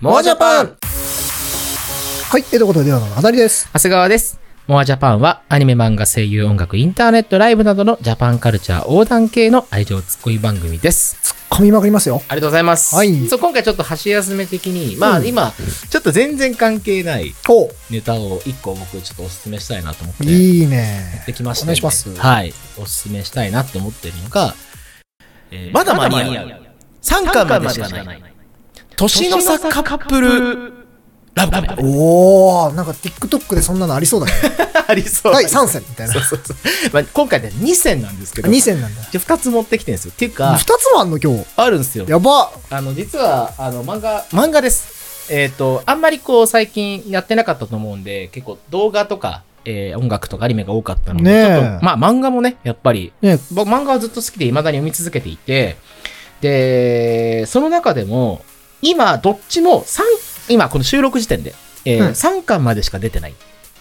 モアジャパンはい、えということで、ではのあたりです。長谷川です。モアジャパンはアニメ漫画声優音楽インターネットライブなどのジャパンカルチャー横断系の愛情ツッコミ番組です。突っ込みまくりますよ。ありがとうございます。はいそう、今回ちょっと箸休め的に、まあうん今、ちょっと全然関係ないおネタを一個僕ちょっとお勧めしたいなと思って。いいね。できました、ね。お願いしますはい。おすすめしたいなって思ってるのが、えーまだ間に合う。3巻までしかない。年の差カップルラブコメ。おー、なんか TikTok でそんなのありそうだね。 ありそう。第3戦みたいなそ。うそうそう。まあ、今回ね、2戦なんですけど。 2戦なんだ。じゃ2つ持ってきてるんですよ。っていう2か、つもあんの今日。あるんですよ。やば。あの、実は、あの、漫画、漫画です。えっ、と、あんまりこう、最近やってなかったと思うんで、結構動画とか、えー音楽とかアニメが多かったので、ねえちょっと、まあ漫画もね、やっぱり、ね僕漫画はずっと好きで未だに読み続けていて、で、その中でも、今、どっちも三今、この収録時点で、えうん3巻までしか出てないん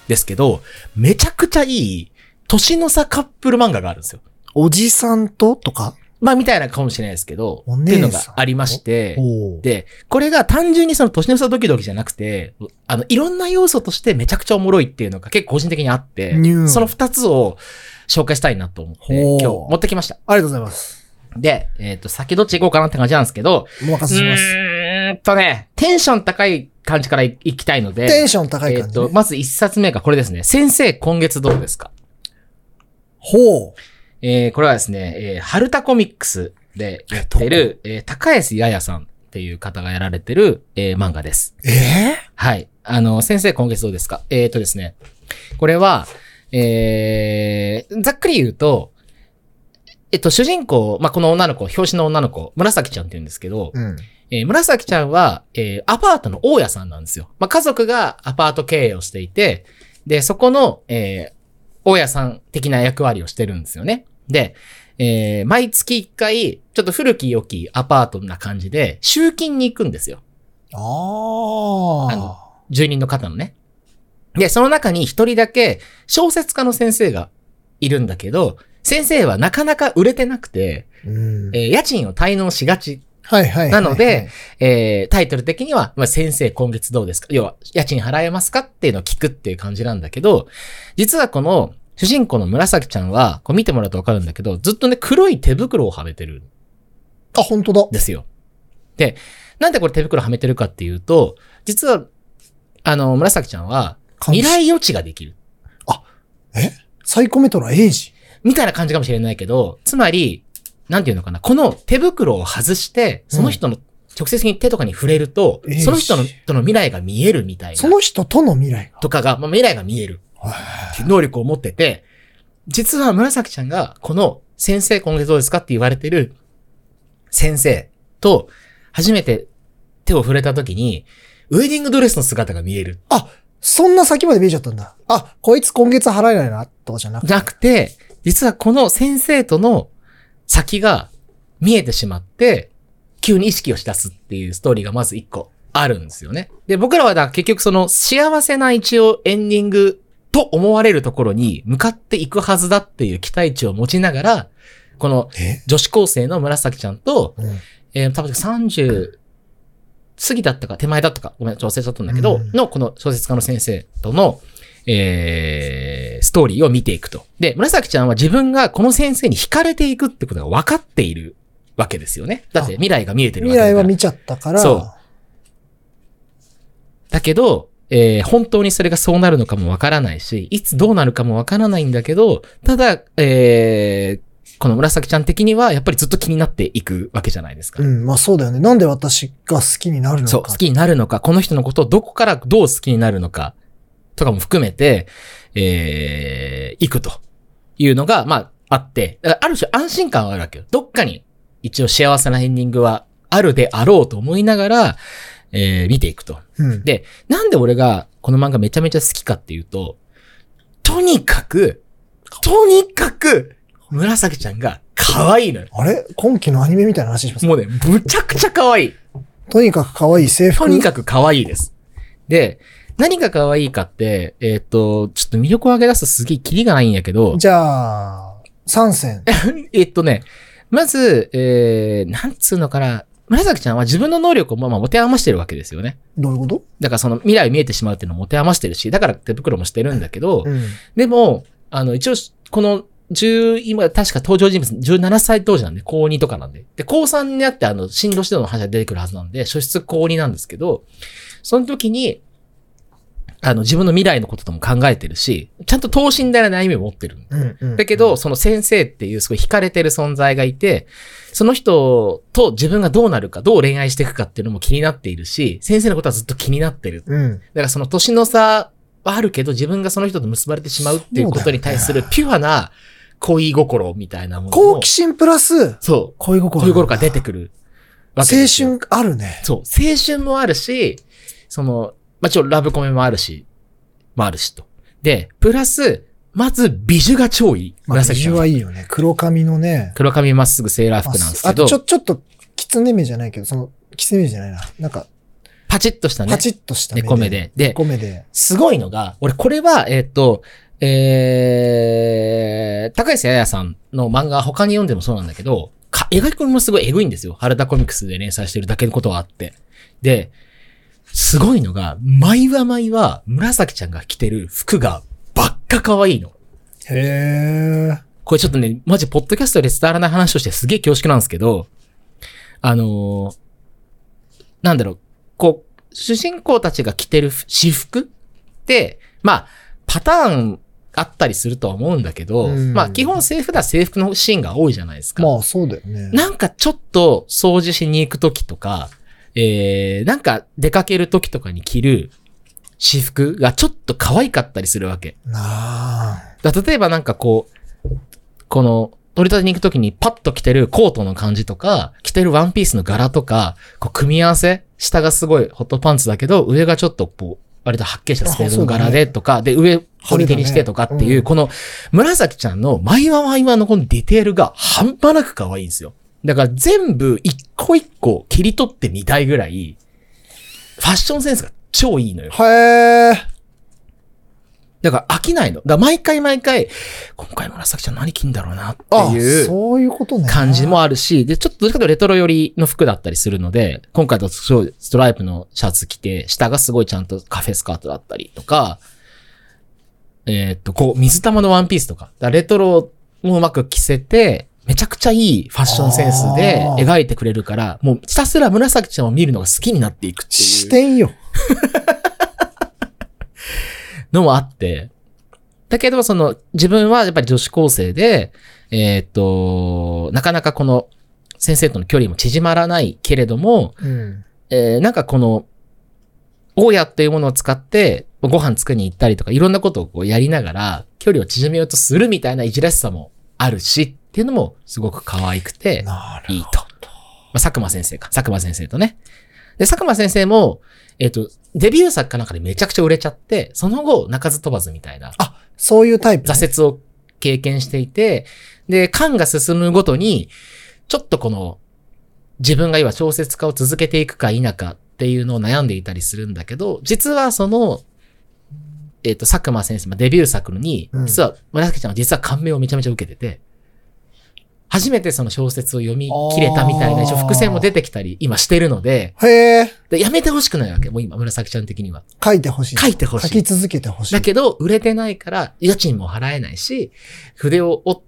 ですけど、めちゃくちゃいい、年の差カップル漫画があるんですよ。おじさんととかまあ、みたいなかもしれないですけど、おっていう姉さのんがありまして、おー。で、これが単純にその年の差ドキドキじゃなくて、あの、いろんな要素としてめちゃくちゃおもろいっていうのが結構個人的にあってニュー、その二つを紹介したいなと思って、ほ今う日持ってきました。ありがとうございます。で、えっ、と、先どっち行こうかなって感じなんですけど、お任うせします。ーんとね、テンション高い感じからい行きたいので、テンション高いえっ、感じと、ね。まず一冊目がこれですね。先生、今月どうですかほう。えーこれはですね、えー、春田コミックスでやってる、えー高安ややさんっていう方がやられてる、えー漫画です。ええはい。あの、先生、今月どうですかえっ、ー、とですね。これは、えー、ざっくり言うと、えっと、主人公、まあ、この女の子、表紙の女の子、紫ちゃんって言うんですけど、うん。えー紫ちゃんは、えーアパートの大家さんなんですよ。まあ、家族がアパート経営をしていて、で、そこの、えー大家さん的な役割をしてるんですよね。で、えー毎月一回、ちょっと古き良きアパートな感じで、集金に行くんですよ。ああ住人の方のね。で、その中に一人だけ小説家の先生がいるんだけど、先生はなかなか売れてなくて、ー。うんえ。ー家賃を滞納しがち。はいはいはいはい。なので、えータイトル的には、まあ、先生今月どうですか要は、家賃払えますかっていうのを聞くっていう感じなんだけど、実はこの主人公の紫ちゃんは、こう見てもらうとわかるんだけど、ずっとね、黒い手袋をはめてるあ、本当だ。ですよ。で、なんでこれ手袋はめてるかっていうと、実は、あの、紫ちゃんは、未来予知ができる。サイコメトラエイジ。みたいな感じかもしれないけど、つまり、なんていうのかな、この手袋を外して、その人の直接的に手とかに触れると、ええその人のとの未来が見えるみたいそな。の人との未来が。とかが、まあ、未来が見えるっていう能力を持ってて、実は紫ちゃんが、この先生今月どうですかって言われてる先生と、初めて手を触れた時に、ウェディングドレスの姿が見える。そんな先まで見えちゃったんだ。あ、こいつ今月払えないな、とかじゃなくて。じゃなくて、実はこの先生との先が見えてしまって、急に意識をしだすっていうストーリーがまず一個あるんですよね。で、僕らはだから結局その幸せな一応エンディングと思われるところに向かっていくはずだっていう期待値を持ちながら、このえ女子高生の紫ちゃんと、うんえー、多分30過ぎだったか手前だったか、ごめん、ちょっと忘れちゃったんだけど、うんの、この小説家の先生との、えー、ストーリーを見ていくと。で、紫ちゃんは自分がこの先生に惹かれていくってことが分かっているわけですよね。だって未来が見えてるわけだか未ら。来は見ちゃったから。そだけど、えー本当にそれがそうなるのかもわからないし、いつどうなるかもわからないんだけど、ただ、えーこの紫ちゃん的には、やっぱりずっと気になっていくわけじゃないですか。うん、まあそうだよね。なんで私が好きになるのか。そう、好きになるのか、この人のことをどこからどう好きになるのか、とかも含めて、えー、行くというのが、まあ、あって、だからある種安心感はあるわけよ。どっかに一応幸せなエンディングはあるであろうと思いながら、えー、見ていくと。うん。で、なんで俺がこの漫画めちゃめちゃ好きかっていうと、とにかく、とにかく、紫ちゃんが可愛いのよ。あれ今期のアニメみたいな話しますもうね、むちゃくちゃ可愛い。とにかく可愛い制服。とにかく可愛いです。で、何が可愛いかって、えーっ、と、ちょっと魅力を上げ出すとすげえキリがないんやけど、じゃあ、参戦。えっとね、まず、えー、なんつうのかな、紫ちゃんは自分の能力をまあまあ持て余してるわけですよね。どういうことだからその未来見えてしまうっていうのを持て余してるし、だから手袋もしてるんだけど、うん。でも、あの、一応、この、10、今、確か登場人物17歳当時なんで、高2とかなんで。で、高3になって、あの、進路指導の話が出てくるはずなんで、初出高2なんですけど、その時に、あの、自分の未来のこととも考えてるし、ちゃんと等身大な悩みを持ってる。うんうんだけど、、その先生っていうすごい惹かれてる存在がいて、その人と自分がどうなるか、どう恋愛していくかっていうのも気になっているし、先生のことはずっと気になってる。うん。だからその年の差はあるけど、自分がその人と結ばれてしまうっていうことに対するピュアな恋心みたいなものも好奇心プラス、そう。恋心。恋心が出てくるわけですよ。青春あるね。そう。青春もあるし、その、まあ、ちょ、ラブコメもあるし、もあるしと。で、プラス、まず美女が超いい。まあ、紫美の女はいいよね。黒髪のね。黒髪まっすぐセーラー服なんですけあどと、ち、ょ、ちょっと、きつね目じゃないけど、その、きつね目じゃないな。なんか、パチッとしたねパ。チッとした目猫目。で。で、猫目で。すごいのが、俺これは、えーっ、と、えー、高橋彩さんの漫画他に読んでもそうなんだけど、か描き込みもすごいエグいんですよ。原田コミックスで連載してるだけのことはあって。で、すごいのが、毎は毎は、紫ちゃんが着てる服がばっか可愛いの。へー。これちょっとね、マジポッドキャストで伝わらない話をしてすげえ恐縮なんですけど、あのーなんだろう、こう、主人公たちが着てる私服って、まあ、パターンあったりするとは思うんだけど、うんまあ、基本制服だ制服のシーンが多いじゃないですか。まあ、そうだよね。なんかちょっと掃除しに行くときとか、えー、なんか出かけるときとかに着る私服がちょっと可愛かったりするわけ。なあ。だ例えばなんかこう、この、取り立てに行くときにパッと着てるコートの感じとか、着てるワンピースの柄とか、こう組み合わせ下がすごいホットパンツだけど、上がちょっとこう、割とはっきりしたスペードの柄でとか、で、上、ホリデにしてとかってそうだいねう、うんこの、紫ちゃんの毎話毎話のこのディテールが半端なく可愛いんですよ。だから全部一個一個切り取ってみたいぐらい、ファッションセンスが超いいのよ。へー。だから飽きないの。だから毎回毎回、今回紫ちゃん何着んだろうなってあ、いうそういうことね。感じもあるし、で、ちょっとどっちかというとレトロ寄りの服だったりするので、今回だとすごいストライプのシャツ着て、下がすごいちゃんとカフェスカートだったりとか、えーっと、こう、水玉のワンピースとか、だからレトロもうまく着せて、めちゃくちゃいいファッションセンスであー描いてくれるから、もうひたすら紫ちゃんを見るのが好きになっていくって視いう点よ。のもあって、だけど、その、自分はやっぱり女子高生で、えーっと、なかなかこの、先生との距離も縮まらないけれども、うん。えーなんかこの、大家っていうものを使って、ご飯作りに行ったりとか、いろんなことをこうやりながら、距離を縮めようとするみたいないじらしさもあるし、っていうのもすごく可愛くて、なるいいと。まあ、佐久間先生か。佐久間先生とね。で、佐久間先生も、えっ、と、デビュー作かなんかでめちゃくちゃ売れちゃって、その後、泣かず飛ばずみたいな、そういうタイプね。挫折を経験していて、で、感が進むごとに、ちょっとこの、自分が今小説家を続けていくか否かっていうのを悩んでいたりするんだけど、実はその、えっ、と、佐久間先生、まあデビュー作にう、ん実は、紫ちゃんは実は感銘をめちゃめちゃ受けてて、初めてその小説を読み切れたみたいな、あー一応伏線も出てきたり、今してるので、へー。でやめてほしくないわけ、もう今、紫ちゃん的には。書いてほしい。書いてほしい書き続けてほしい。だけど、売れてないから、家賃も払えないし、筆を折っ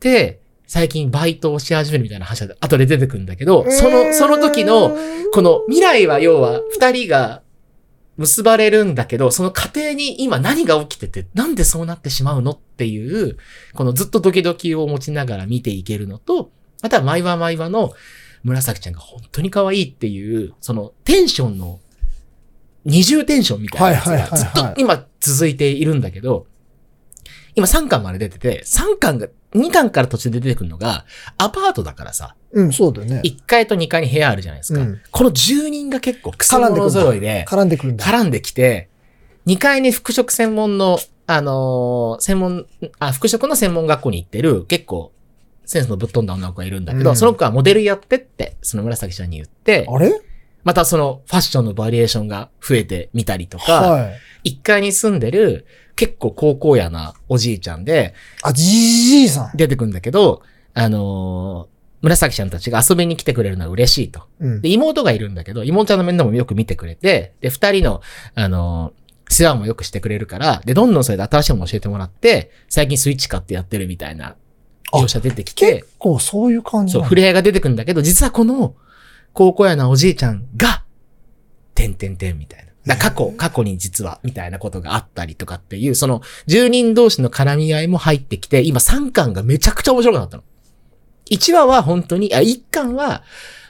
て、最近バイトをし始めるみたいな話が後で出てくるんだけど、その、その時の、この未来は要は、二人が結ばれるんだけど、その過程に今何が起きてて、なんでそうなってしまうのっていう、このずっとドキドキを持ちながら見ていけるのと、または毎話毎話の紫ちゃんが本当に可愛いっていう、そのテンションの二重テンションみたいなやつはいはいはがいずっはいと今続いているんだけど、今3巻まで出てて、3巻が、2巻から途中で出てくるのが、アパートだからさ、うん、そうだよね。 1階と2階に部屋あるじゃないですか。うんこの住人が結構クソ絡んでく者るんだ揃いで、絡んでくるんだ。絡んできて、2階に服飾専門の、あのー専門、あ、服飾の専門学校に行ってる、結構、センスのぶっ飛んだ女の子がいるんだけど、うんその子はモデルやってって、その紫ちゃんに言って、あれまたそのファッションのバリエーションが増えてみたりとか、はい。 1階に住んでる、結構高校やなおじいちゃんで、あ、じじいさん。出てくんだけど、あのー紫ちゃんたちが遊びに来てくれるのは嬉しいと。うん。で、妹がいるんだけど、妹ちゃんの面倒もよく見てくれて、で、二人の、あのー世話もよくしてくれるから、で、どんどんそれで新しいもの教えてもらって、最近スイッチ買ってやってるみたいな、あ描写出てきて結、構そういう感じそう、なの触れ合いが出てくるんだけど、実はこの、高校やなおじいちゃんが、てんてんてんみたいな。だ過去、過去に実は、みたいなことがあったりとかっていう、その、住人同士の絡み合いも入ってきて、今3巻がめちゃくちゃ面白くなったの。1話は本当に、あ、1巻は、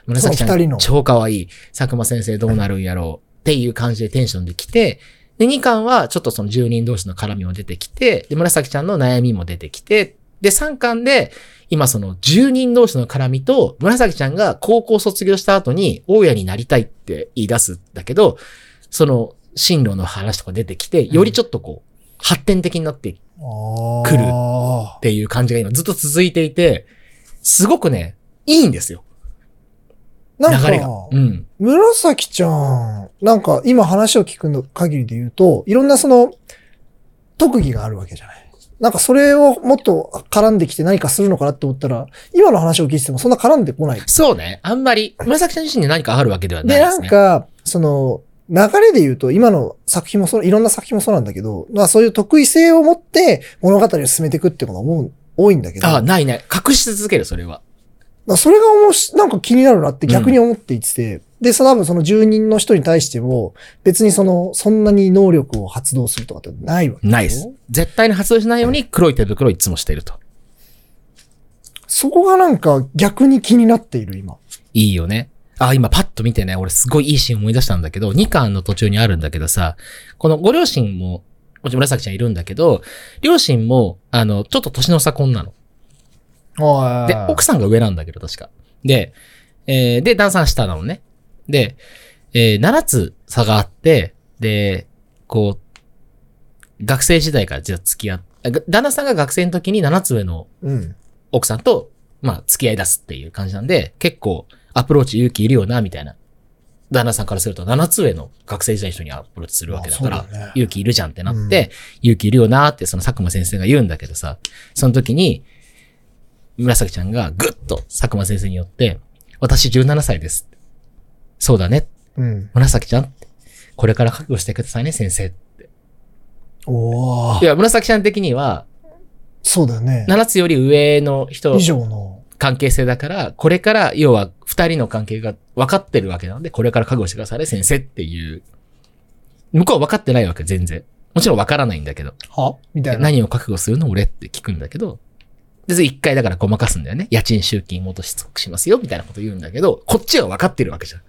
紫ちゃそう二人んの超可愛い。佐久間先生どうなるんやろう。っていう感じでテンションで来て、で、2巻はちょっとその住人同士の絡みも出てきて、で、紫ちゃんの悩みも出てきて、で、3巻で、今その住人同士の絡みと、紫ちゃんが高校卒業した後に、大家になりたいって言い出すんだけど、その進路の話とか出てきて、よりちょっとこう、発展的になっていくあー来るっていう感じが今ずっと続いていて、すごくね、いいんですよ。流なんかれが。うん。紫ちゃん、なんか今話を聞くの限りで言うと、いろんなその、特技があるわけじゃない。なんかそれをもっと絡んできて何かするのかなって思ったら、今の話を聞いててもそんな絡んでこない。そうね。あんまり、紫ちゃん自身に何かあるわけではなで、いでなすんね。か、その、流れで言うと、今の作品もそう、いろんな作品もそうなんだけど、まあそういう得意性を持って物語を進めていくってことが思う多いんだけど、あ、ないない。隠し続ける、それは。まあそれが面白いなんか気になるなって逆に思っていてて、で、その多分その住人の人に対しても、別にその、そんなに能力を発動するとかってないわけ。ないです。絶対に発動しないように黒い手袋をいつもしていると。そこがなんか逆に気になっている今。いいよね。あ、今パッと見てね、俺すごいいいシーン思い出したんだけど、2巻の途中にあるんだけどさ、このご両親も、もちろん紫ちゃんいるんだけど、両親も、あの、ちょっと年の差婚なの。で、奥さんが上なんだけど、確か。で、えーで、旦さん下なのね。で、えー7つ差があって、で、こう、学生時代からじゃあ付き合っあが旦那さんが学生の時に7つ上のうん。奥さんと、まあ、付き合い出すっていう感じなんで、結構、アプローチ勇気いるよな、みたいな。旦那さんからすると、7つ上の学生時代の人にアプローチするわけだから、あそうだね勇気いるじゃんってなって、勇気いるよなって、その佐久間先生が言うんだけどさ、その時に、紫ちゃんがぐっと佐久間先生によって、私17歳です。そうだね、うん。紫ちゃんって。これから覚悟してくださいね、先生。おいーや、紫ちゃん的には、そうだよね。 7つより上の人以上の。関係性だから、これから、要は二人の関係が分かってるわけなので、これから覚悟してくださいね、先生っていう。向こうは分かってないわけ、全然。もちろん分からないんだけど。はみたいな。何を覚悟するの俺って聞くんだけど、別に一回だからごまかすんだよね。家賃集金もっとしつこくしますよ、みたいなこと言うんだけど、こっちは分かってるわけじゃん。い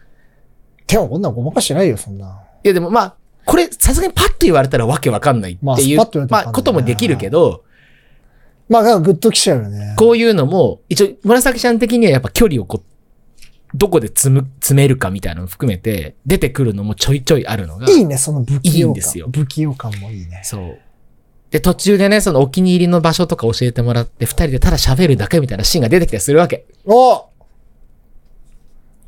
でもこんなんごまかしてないよ、そんな。やでもまあ、これさすがにパッと言われたらわけわかんないまっあていう、スパッと言われたらまあ、こともできるけど、まあ、なんかグッときちゃうよね。こういうのも、一応、紫ちゃん的にはやっぱ距離をこう、どこで積む、詰めるかみたいなのも含めて、出てくるのもちょいちょいあるのが。いいね、その不器用感。いいんですよ不器用感もいいね。そう。で、途中でね、そのお気に入りの場所とか教えてもらって、二人でただ喋るだけみたいなシーンが出てきたりするわけ。お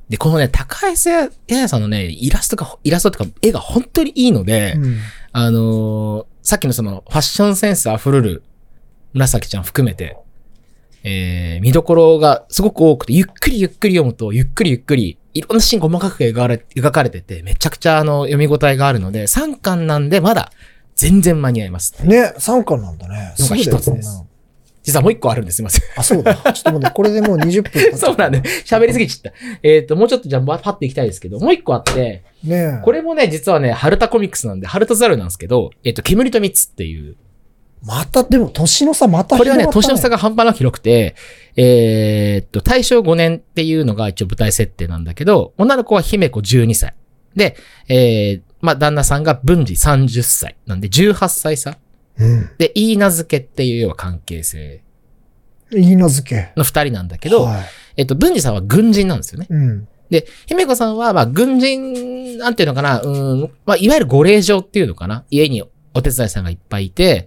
で、このね、高橋ややさんのね、イラストが、イラストとか絵が本当にいいので、うん。あのーさっきのその、ファッションセンス溢れる、紫ちゃん含めて、えー、見どころがすごく多くて、ゆっくりゆっくり読むと、ゆっくりゆっくり、いろんなシーン細かく描かれ描かれてて、めちゃくちゃあの、読み応えがあるので、3巻なんでまだ、全然間に合います。ね、三巻なんだね。のがぐだよ一つですこんなの実はもう一個あるんです。すいません。あ、 そうだ。ちょっと待って、これでもう20分経っちゃった。そうなんで、喋りすぎちゃった。えっ、と、もうちょっとじゃあ、パッていきたいですけど、もう一個あって、ねえ。これもね、実はね、ハルタコミックスなんで、ハルタザルなんですけど、えっ、と、煙と蜜っていう、また、でも、年の差またこれはね、年の差が。が半端なく広くて、えーっと、大正5年っていうのが一応舞台設定なんだけど、女の子は姫子12歳。で、えー、まあ、旦那さんが文治30歳。なんで18歳差。うん。で、いい名付けっていう要は関係性いい名付け。の二人なんだけど、はい、えっと、文治さんは軍人なんですよね。うん。で、姫子さんは、まあ、軍人、なんていうのかな、うん、まあ、いわゆるご令嬢っていうのかな。家にお手伝いさんがいっぱいいて、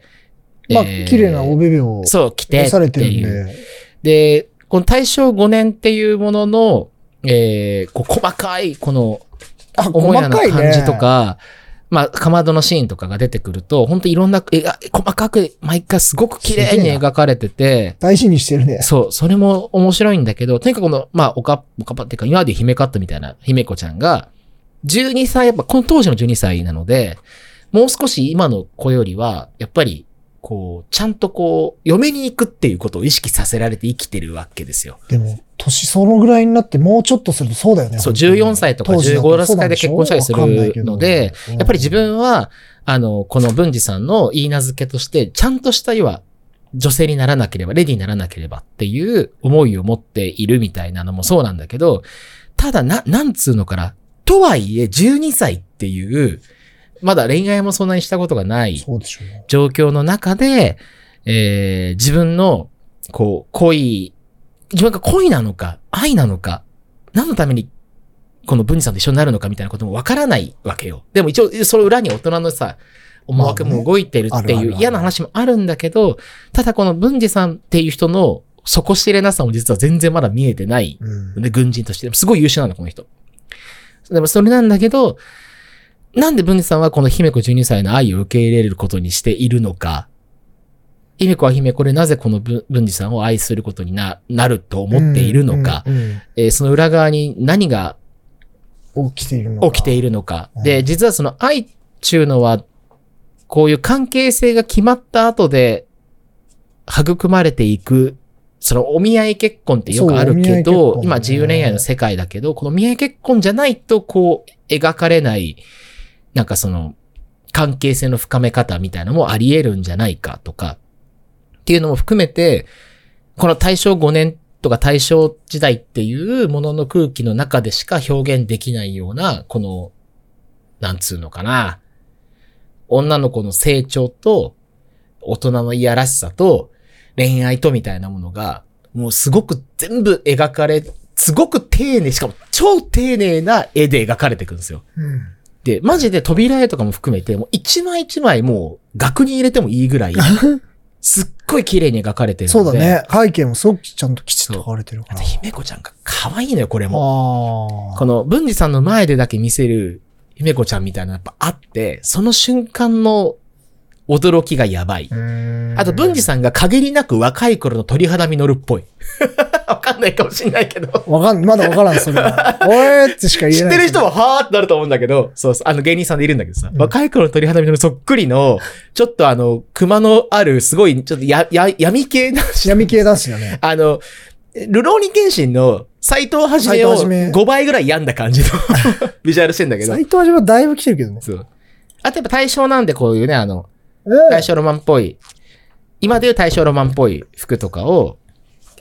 まあ、えー綺麗なおべべを。う。そう、来てされってるんていう。で。で、この大正5年っていうものの、えー、こう細かい、この、あ、思い細のかいね。感じと。か、まあ、かまどのシーンとかが出てくると、本当いろんな、えあ細かく、毎回すごく綺麗に描かれてて、大事にしてるね。そう、それも面白いんだけど、とにかくこの、まあ、おか、おかぱっていうか、今まで姫カットみたいな姫子ちゃんが、12歳、やっぱこの当時の12歳なので、もう少し今の子よりは、やっぱり、こう、ちゃんとこう、嫁に行くっていうことを意識させられて生きてるわけですよ。でも、年そのぐらいになってもうちょっとするとそうだよね。そう、本当に14歳とか当時だと15歳で結婚したりするそうなんでしょので、わかんないけどやっぱり自分は、あの、この文治さんの言い名付けとして、ちゃんとした、要は、女性にならなければ、レディーにならなければっていう思いを持っているみたいなのもそうなんだけど、ただな、なんつうのかな、とはいえ12歳っていう、まだ恋愛もそんなにしたことがないそうでしょうね。状況の中で、えー自分の、こう、恋、自分が恋なのか、愛なのか、何のために、この文治さんと一緒になるのかみたいなこともわからないわけよ。でも一応、その裏に大人のさ、思惑まあもね動いてるってあるあいるあうる嫌な話もあるんだけど、ただこの文治さんっていう人の底知れなさも実は全然まだ見えてないうん。で、軍人として。でもすごい優秀なんだ、この人。でもそれなんだけど、なんで文治さんはこの姫子12歳の愛を受け入れることにしているのか。姫子は姫子でなぜこの文文治さんを愛することにななると思っているのか、うん。うんえーその裏側に何がうん起きているのか。起きているのか。うんで、実はその愛っていうのは、こういう関係性が決まった後で、育まれていく、そのお見合い結婚ってよくあるけそうお見合い結ど、婚今自由恋愛の世界だけど、このお見合い結婚じゃないと、こう、描かれない、なんかその、関係性の深め方みたいなのもあり得るんじゃないかとか、っていうのも含めて、この大正5年とか大正時代っていうものの空気の中でしか表現できないような、この、なんつうのかな、女の子の成長と、大人のいやらしさと、恋愛とみたいなものが、もうすごく全部描かれ、すごく丁寧、しかも超丁寧な絵で描かれていくんですよ。うん。で、マジで扉絵とかも含めて、もう一枚一枚もう額に入れてもいいぐら い、すっごい綺麗に描かれてるのそで。うだ。ね。背景もすごくちゃんときちっと書かれてるかあら。と、姫子ちゃんが可愛いのよ、これも。あこの、文治さんの前でだけ見せる姫子ちゃんみたいなのやっぱあって、その瞬間の驚きがやばい。ああと、文治さんが限りなく若い頃の鳥肌に乗るっぽい。 わかんないかもしんないけど。ん。わかん、まだわからん、そ れは。おえーってしか知言えっなてい。る人ははーってなると思うんだけど、そうそう、あの芸人さんでいるんだけどさ、うん若い頃の鳥肌に乗るそっくりの、ちょっとあの、熊のある、すごい、ちょっとや、や、闇系な、闇系男子だね。あの、ルローニケンシンの斎藤はじめを斎藤一5倍ぐらい病んだ感 じの ビジュアルしてんだけど。斎藤味はだいぶ来てるけどね。そう。あとやっぱ対象なんでこういうね、あの、うん大正ロマンっぽい、今でいう大正ロマンっぽい服とかを、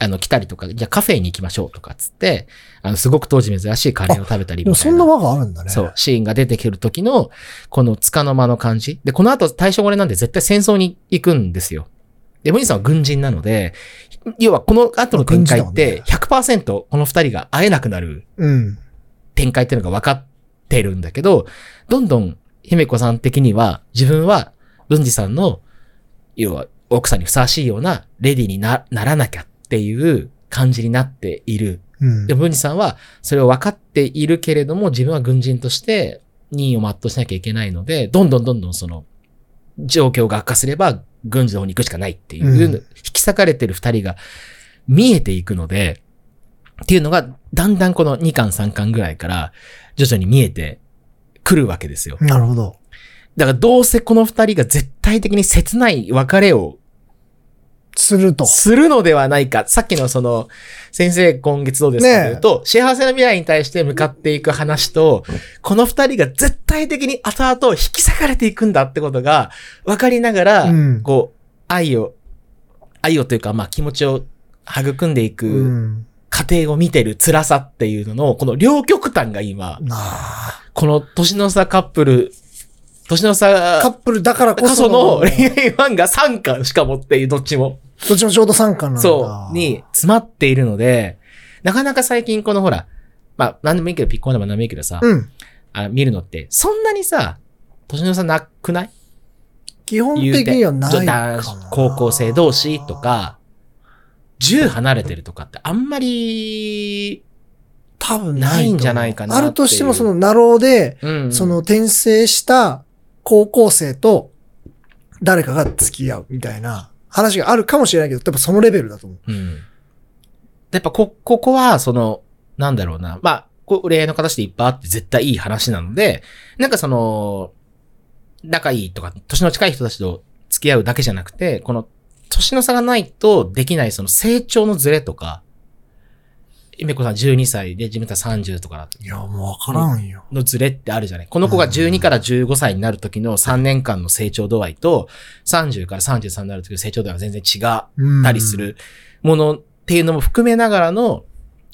あの、着たりとか、じゃあカフェに行きましょうとかっつって、あの、すごく当時珍しいカレーを食べたりでもみたそいんなな。輪があるんだね。そう、シーンが出てくる時の、この束の間の感じ。で、この後大正5年なんで絶対戦争に行くんですよ。で、ムニさんは軍人なので、要はこの後の展開っ軍て人100%この二人が会えなくなるうん。展開っていうのが分かってるんだけど、どんどん姫子さん的には自分は文治さんの、要は奥さんにふさわしいようなレディーになならなきゃっていう感じになっているうんで、。文治さんはそれを分かっているけれども、自分は軍人として任意を全うしなきゃいけないので、どんどんどんどんその、状況が悪化すれば、軍事の方に行くしかないっていう、うん引き裂かれてる二人が見えていくので、っていうのが、だんだんこの2巻3巻ぐらいから、徐々に見えてくるわけですよ。なるほど。だからどうせこの二人が絶対的に切ない別れをすると。するのではないか。さっきのその、先生今月どうですかねえというと、幸せな未来に対して向かっていく話と、この二人が絶対的に後々引き裂かれていくんだってことが分かりながら、うんこう、愛を、愛をというか、まあ気持ちを育んでいうくん。過程を見てる辛さっていうのの、この両極端が今、なあ。この年の差カップル、年の差カップルだからここそそのの、恋愛漫画3巻しか持っている、どっちも。 どっちもちょうど3巻なんだ。そう、に詰まっているので、なかなか最近このほら、まあ、なんでもいいけど、ピッコーナもなんでもいいけどさ、うん。あ見るのって、そんなにさ、年の差なくない基本言う的てにはないちょかな男子高校生同士と。か、10離れてるとかってあんまり、多分ないんじゃないかなっていうあるとしてもその、ナローで、うんその転生した高校生と誰かが付き合うみたいな話があるかもしれないけど、多分そのレベルだと思うう。ん。やっぱこ、ここは、その、なんだろうな。まあ、こう、恋愛の形でいっぱいあって絶対いい話なので、なんかその、仲いいとか、年の近い人たちと付き合うだけじゃなくて、この、年の差がないとできないその成長のズレとか、ゆめこさん12歳で、自分たち30とかいや、もうわからんよ。のズレってあるじゃないこの子が12から15歳になる時の3年間の成長度合いと、30から33になる時の成長度合いは全然違う。うんったりす。るものっていうのも含めながらの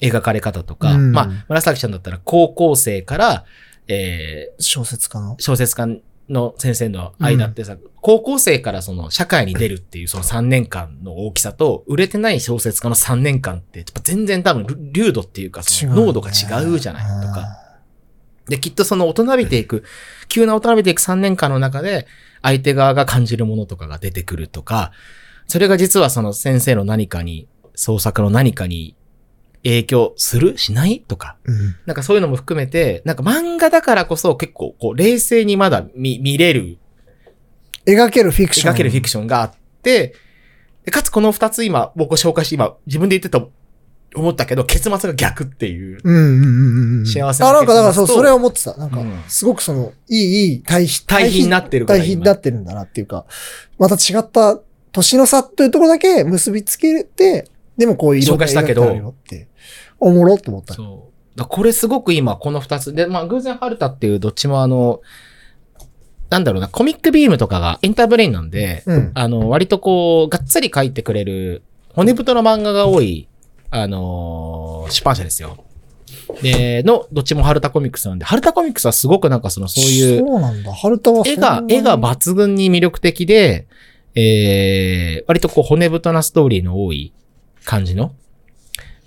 描かれ方とか、うんまあ、紫ちゃんだったら高校生から、え小説家のー。小説家の先生の間ってさ、高校生からその社会に出るっていうその3年間の大きさと、売れてない小説家の3年間って、やっぱ全然多分、ル流度っていうか、そのね濃度が違うじゃないとか。。で、きっとその大人びていく、急な大人びていく3年間の中で、相手側が感じるものとかが出てくるとか、それが実はその先生の何かに、創作の何かに影響するしないとか、うんうん。なんかそういうのも含めて、なんか漫画だからこそ結構こう冷静にまだ見、見れる、描けるフィクション。描けるフィクションがあって、でかつこの2つ今、僕が紹介して今、自分で言ってたと思ったけど、結末が逆っていう。うんうんうんうんうん。幸せなあ、なんかだからそう、結末とそれは思ってた。なんかう、んすごくその、いい、いい対比、対比になってるから対今比になってるんだなっていうか、また違った年の差というところだけ結びつけて、でもこういう色紹介したけどって、おもろって思った。そう。だこれすごく今、この二つ。で、まあ、偶然ハルタっていうどっちもあの、なんだろうな、コミックビームとかがエンターブレインなんで、うん。あの、割とこう、がっつり書いてくれる、骨太の漫画が多い、あのー出版社ですよ。で、の、どっちもハルタコミックスなんで、ハルタコミックスはすごくなんかその、そういう、そうなんだ。春田はそ絵んなが、絵が抜群に魅力的で、えー、割とこう骨太なストーリーの多い感じの、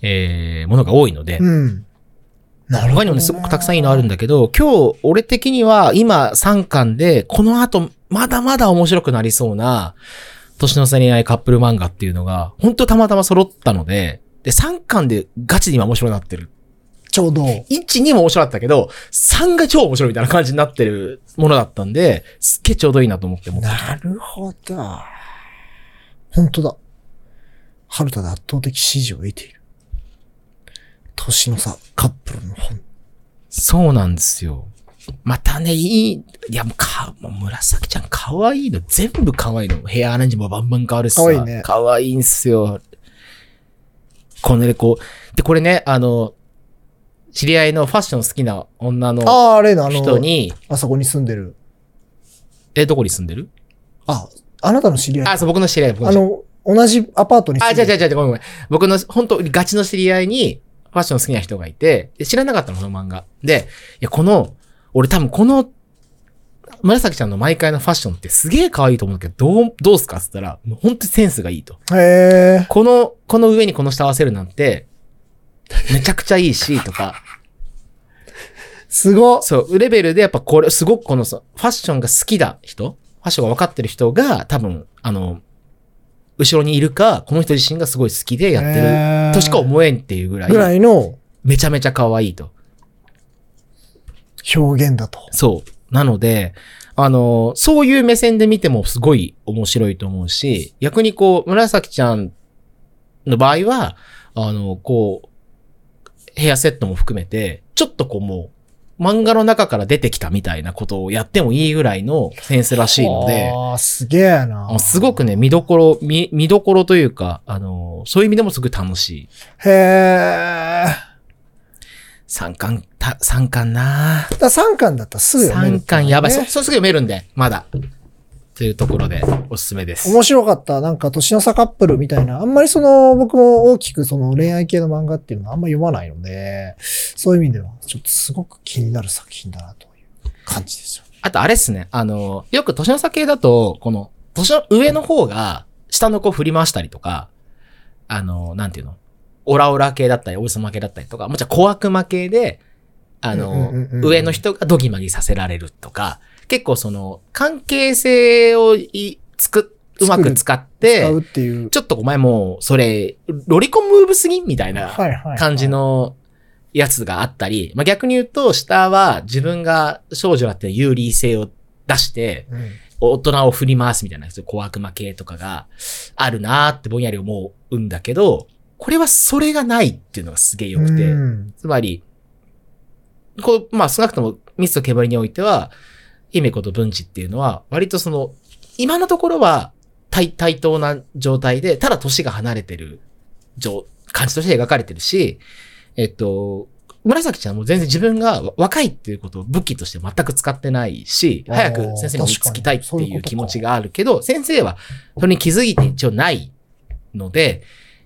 えー、ものが多いので、うん。なるほ他どねにもね、すごくたくさんいいのあるんだけど、今日、俺的には今3巻で、この後、まだまだ面白くなりそうな、年の差恋愛カップル漫画っていうのが、本当たまたま揃ったので、で、3巻でガチで今面白くなってる。ちょうど。 1、2も面白かったけど、3が超面白いみたいな感じになってるものだったんで、すっげえちょうどいいなと思っても。なるほど。本当だ。春田で圧倒的支持を得ている。年の差、カップルの本。そうなんですよ。またね、いい、いやもうか、もう紫ちゃん可愛いの、全部可愛いの。ヘアアレンジもバンバン変わるしさ。可愛いね可愛いんすよ。このね、こう、で、これね、あの、知り合いのファッション好きな女のああ、例のあ人の、に、あそこに住んでる。え、どこに住んでるあ、あなたの知り合い。あ、そう、僕の知り合い、僕のあ知り合い。の、同じアパートにあ、住じんでゃじる。ゃじゃごめんごめん。僕の、本当ガチの知り合いに、ファッション好きな人がいて、で知らなかったの、この漫画。で、いや、この、俺多分この、紫ちゃんの毎回のファッションってすげえ可愛いと思うけど、どう、どうすかって言ったら、もう本当にセンスがいいと。へえ。この、この上にこの下合わせるなんて、めちゃくちゃいいし、とか、すごっ。そう、レベルでやっぱこれ、すごくこのさ、ファッションが好きだ人、ファッションが分かってる人が、多分、あの、後ろにいるか、この人自身がすごい好きでやってるるとしか思えんっていうぐらい、ぐらいのめちゃめちゃ可愛いと。表現だと。そう。なので、あの、そういう目線で見てもすごい面白いと思うし、逆にこう、紫ちゃんの場合は、あの、こう、ヘアセットも含めて、ちょっとこうもう、漫画の中から出てきたみたいなことをやってもいいぐらいのセンスらしいので、ああ、すげえあのな。すごくね、見どころ、見、見どころというか、あの、そういう意味でもすごい楽しい。へえ。三巻、た三巻なぁ。だ3巻だったらすぐ読める、三巻やばい。そねう、そうすぐ読めるんで、まだ。というところで、おすすめです。面白かった。なんか、年の差カップルみたいな。あんまりその、僕も大きくその恋愛系の漫画っていうのはあんま読まないので、そういう意味では、ちょっとすごく気になる作品だなという感じですよ。あと、あれっすね。あの、よく年の差系だと、この、年の上の方が、下の子振り回したりとか、あの、なんていうのオラオラ系だったり、王様系だったりとか、もちろん小悪魔系で、あのうんうんうんう、ん上の人がドギマギさせられるとか、結構その、関係性をい、つく、うまく使っ使てう、っていう。ちょっとお前もう、それ、ロリコンムーブすぎみたいなはいはいはい感じ。のやつがあったり、まあ、逆に言うと、下は自分が少女だっていう有利性を出して、うん大人を振り回すみたいな、そういう小悪魔系とかがあるなーってぼんやり思うんだけど、これはそれがないっていうのがすげえ良くて、うんつまり、こう、まあ少なくともミスとケバリにおいては、姫子と文治っていうのは、割とその、今のところは対対等な状態で、ただ年が離れてる状感じとして描かれてるし、えっと、紫ちゃんも全然自分が若いっていうことを武器として全く使ってないし、あー早く先生に追いつきたいっ確かてにそういいううことか気持ちがあるけど、先生はそれに気づいて一応ないので、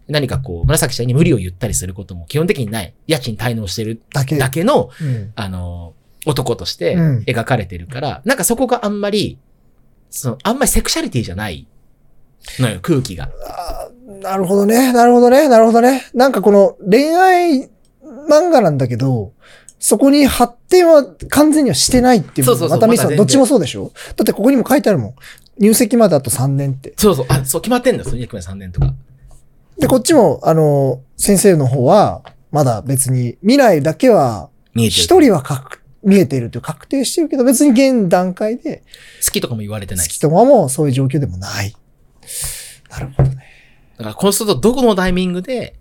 何かこう、紫ちゃんに無理を言ったりすることも基本的にない。家賃滞納してるだけ。だけの、うんあの、男としてうん描かれてるから、なんかそこがあんまり、その、あんまりセクシャリティじゃないのよ、空気が。あーなるほどね、なるほどね、なるほどね。なんかこの恋愛漫画なんだけど、そこに発展は完全にはしてないっていうそうそうそうまたミスまださ全然ん、どっちもそうでしょだってここにも書いてあるもん。入籍まであと3年って。そうそう、あ、そう、決まってんだよ、その2 3年とか。で、こっちも、あの、先生の方は、まだ別に、未来だけは、見えてる。一人は確見えているという確定してるけど、別に現段階で、好きとかも言われて好ない。きとももそういう状況でもない。なるほどね。だから、この人とどこのタイミングで、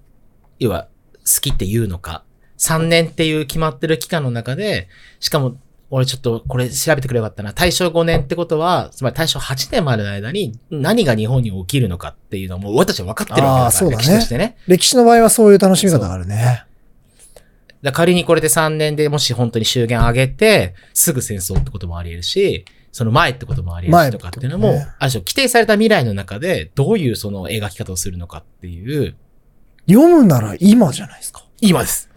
要は、好きって言うのか、3年っていう決まってる期間の中で、しかも、俺ちょっとこれ調べてくればよかったな。大正5年ってことは、つまり大正8年までの間に何が日本に起きるのかっていうのはもう私は分かってるわけだから、あーそうだね歴史としてね。歴史の場合はそういう楽しみ方があるね。だから仮にこれで3年でもし本当に終言上げて、すぐ戦争ってこともあり得るし、その前ってこともあり得るしとかっていうのも、前ってことねある種規定された未来の中で、どういうその描き方をするのかっていう、読むなら今じゃないですか。今です。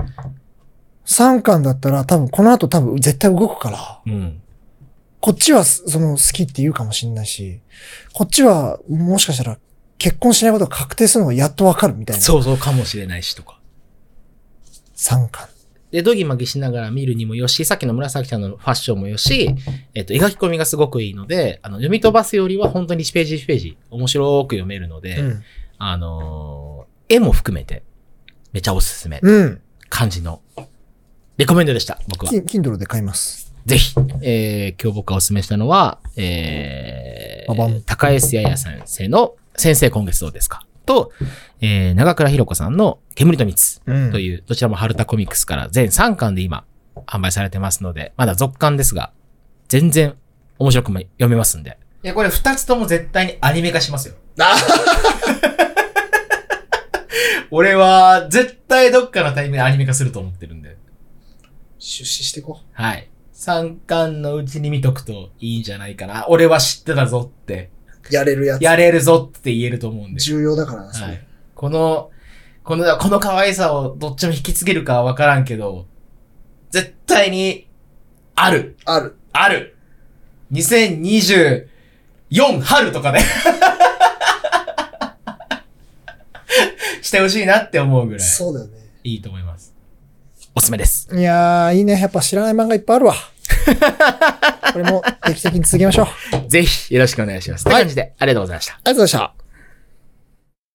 3巻だったら多分この後多分絶対動くから、うん。こっちはその好きって言うかもしれないし、こっちはもしかしたら結婚しないことが確定するのがやっとわかるみたいな。想像かもしれないしとか。 3巻。で、ドギマギしながら見るにもよし、さっきの紫ちゃんのファッションもよし、えっと、描き込みがすごくいいので、あの、読み飛ばすよりは本当に1ページ1ページ、面白く読めるので、うん。あのー絵も含めて、めちゃおすすめ。うん。感じの、レコメンドでした、僕は。キン Kindle で買います。ぜひ、えー、今日僕がお勧めしたのは、えババンー、高安やや先生の、先生今月どうですかと、えー、長倉弘子さんの、煙と蜜うんという、どちらも春田コミックスから全3巻で今、販売されてますので、まだ続巻ですが、全然面白くも読めますんで。いや、これ2つとも絶対にアニメ化しますよ。 俺は、絶対どっかのタイミングでアニメ化すると思ってるんで。出資してこはい。三巻のうちに見とくといいんじゃないかな。俺は知ってたぞって。う。やれるややれるぞって言えると思うんで。重要だからな、そはれい。この、この、この可愛さをどっちも引き継げるかはわからんけど、絶対に、ある。ある。ある。2024春とかで。 してほしいなって思うぐらい、そうだよね。いいと思います。おすすめです。いやー、いいね。やっぱ知らない漫画いっぱいあるわ。これも定期的に続けましょう。ありがとうぜひ、よろしくお願いします。という感じで、ありがとうございました。ございました。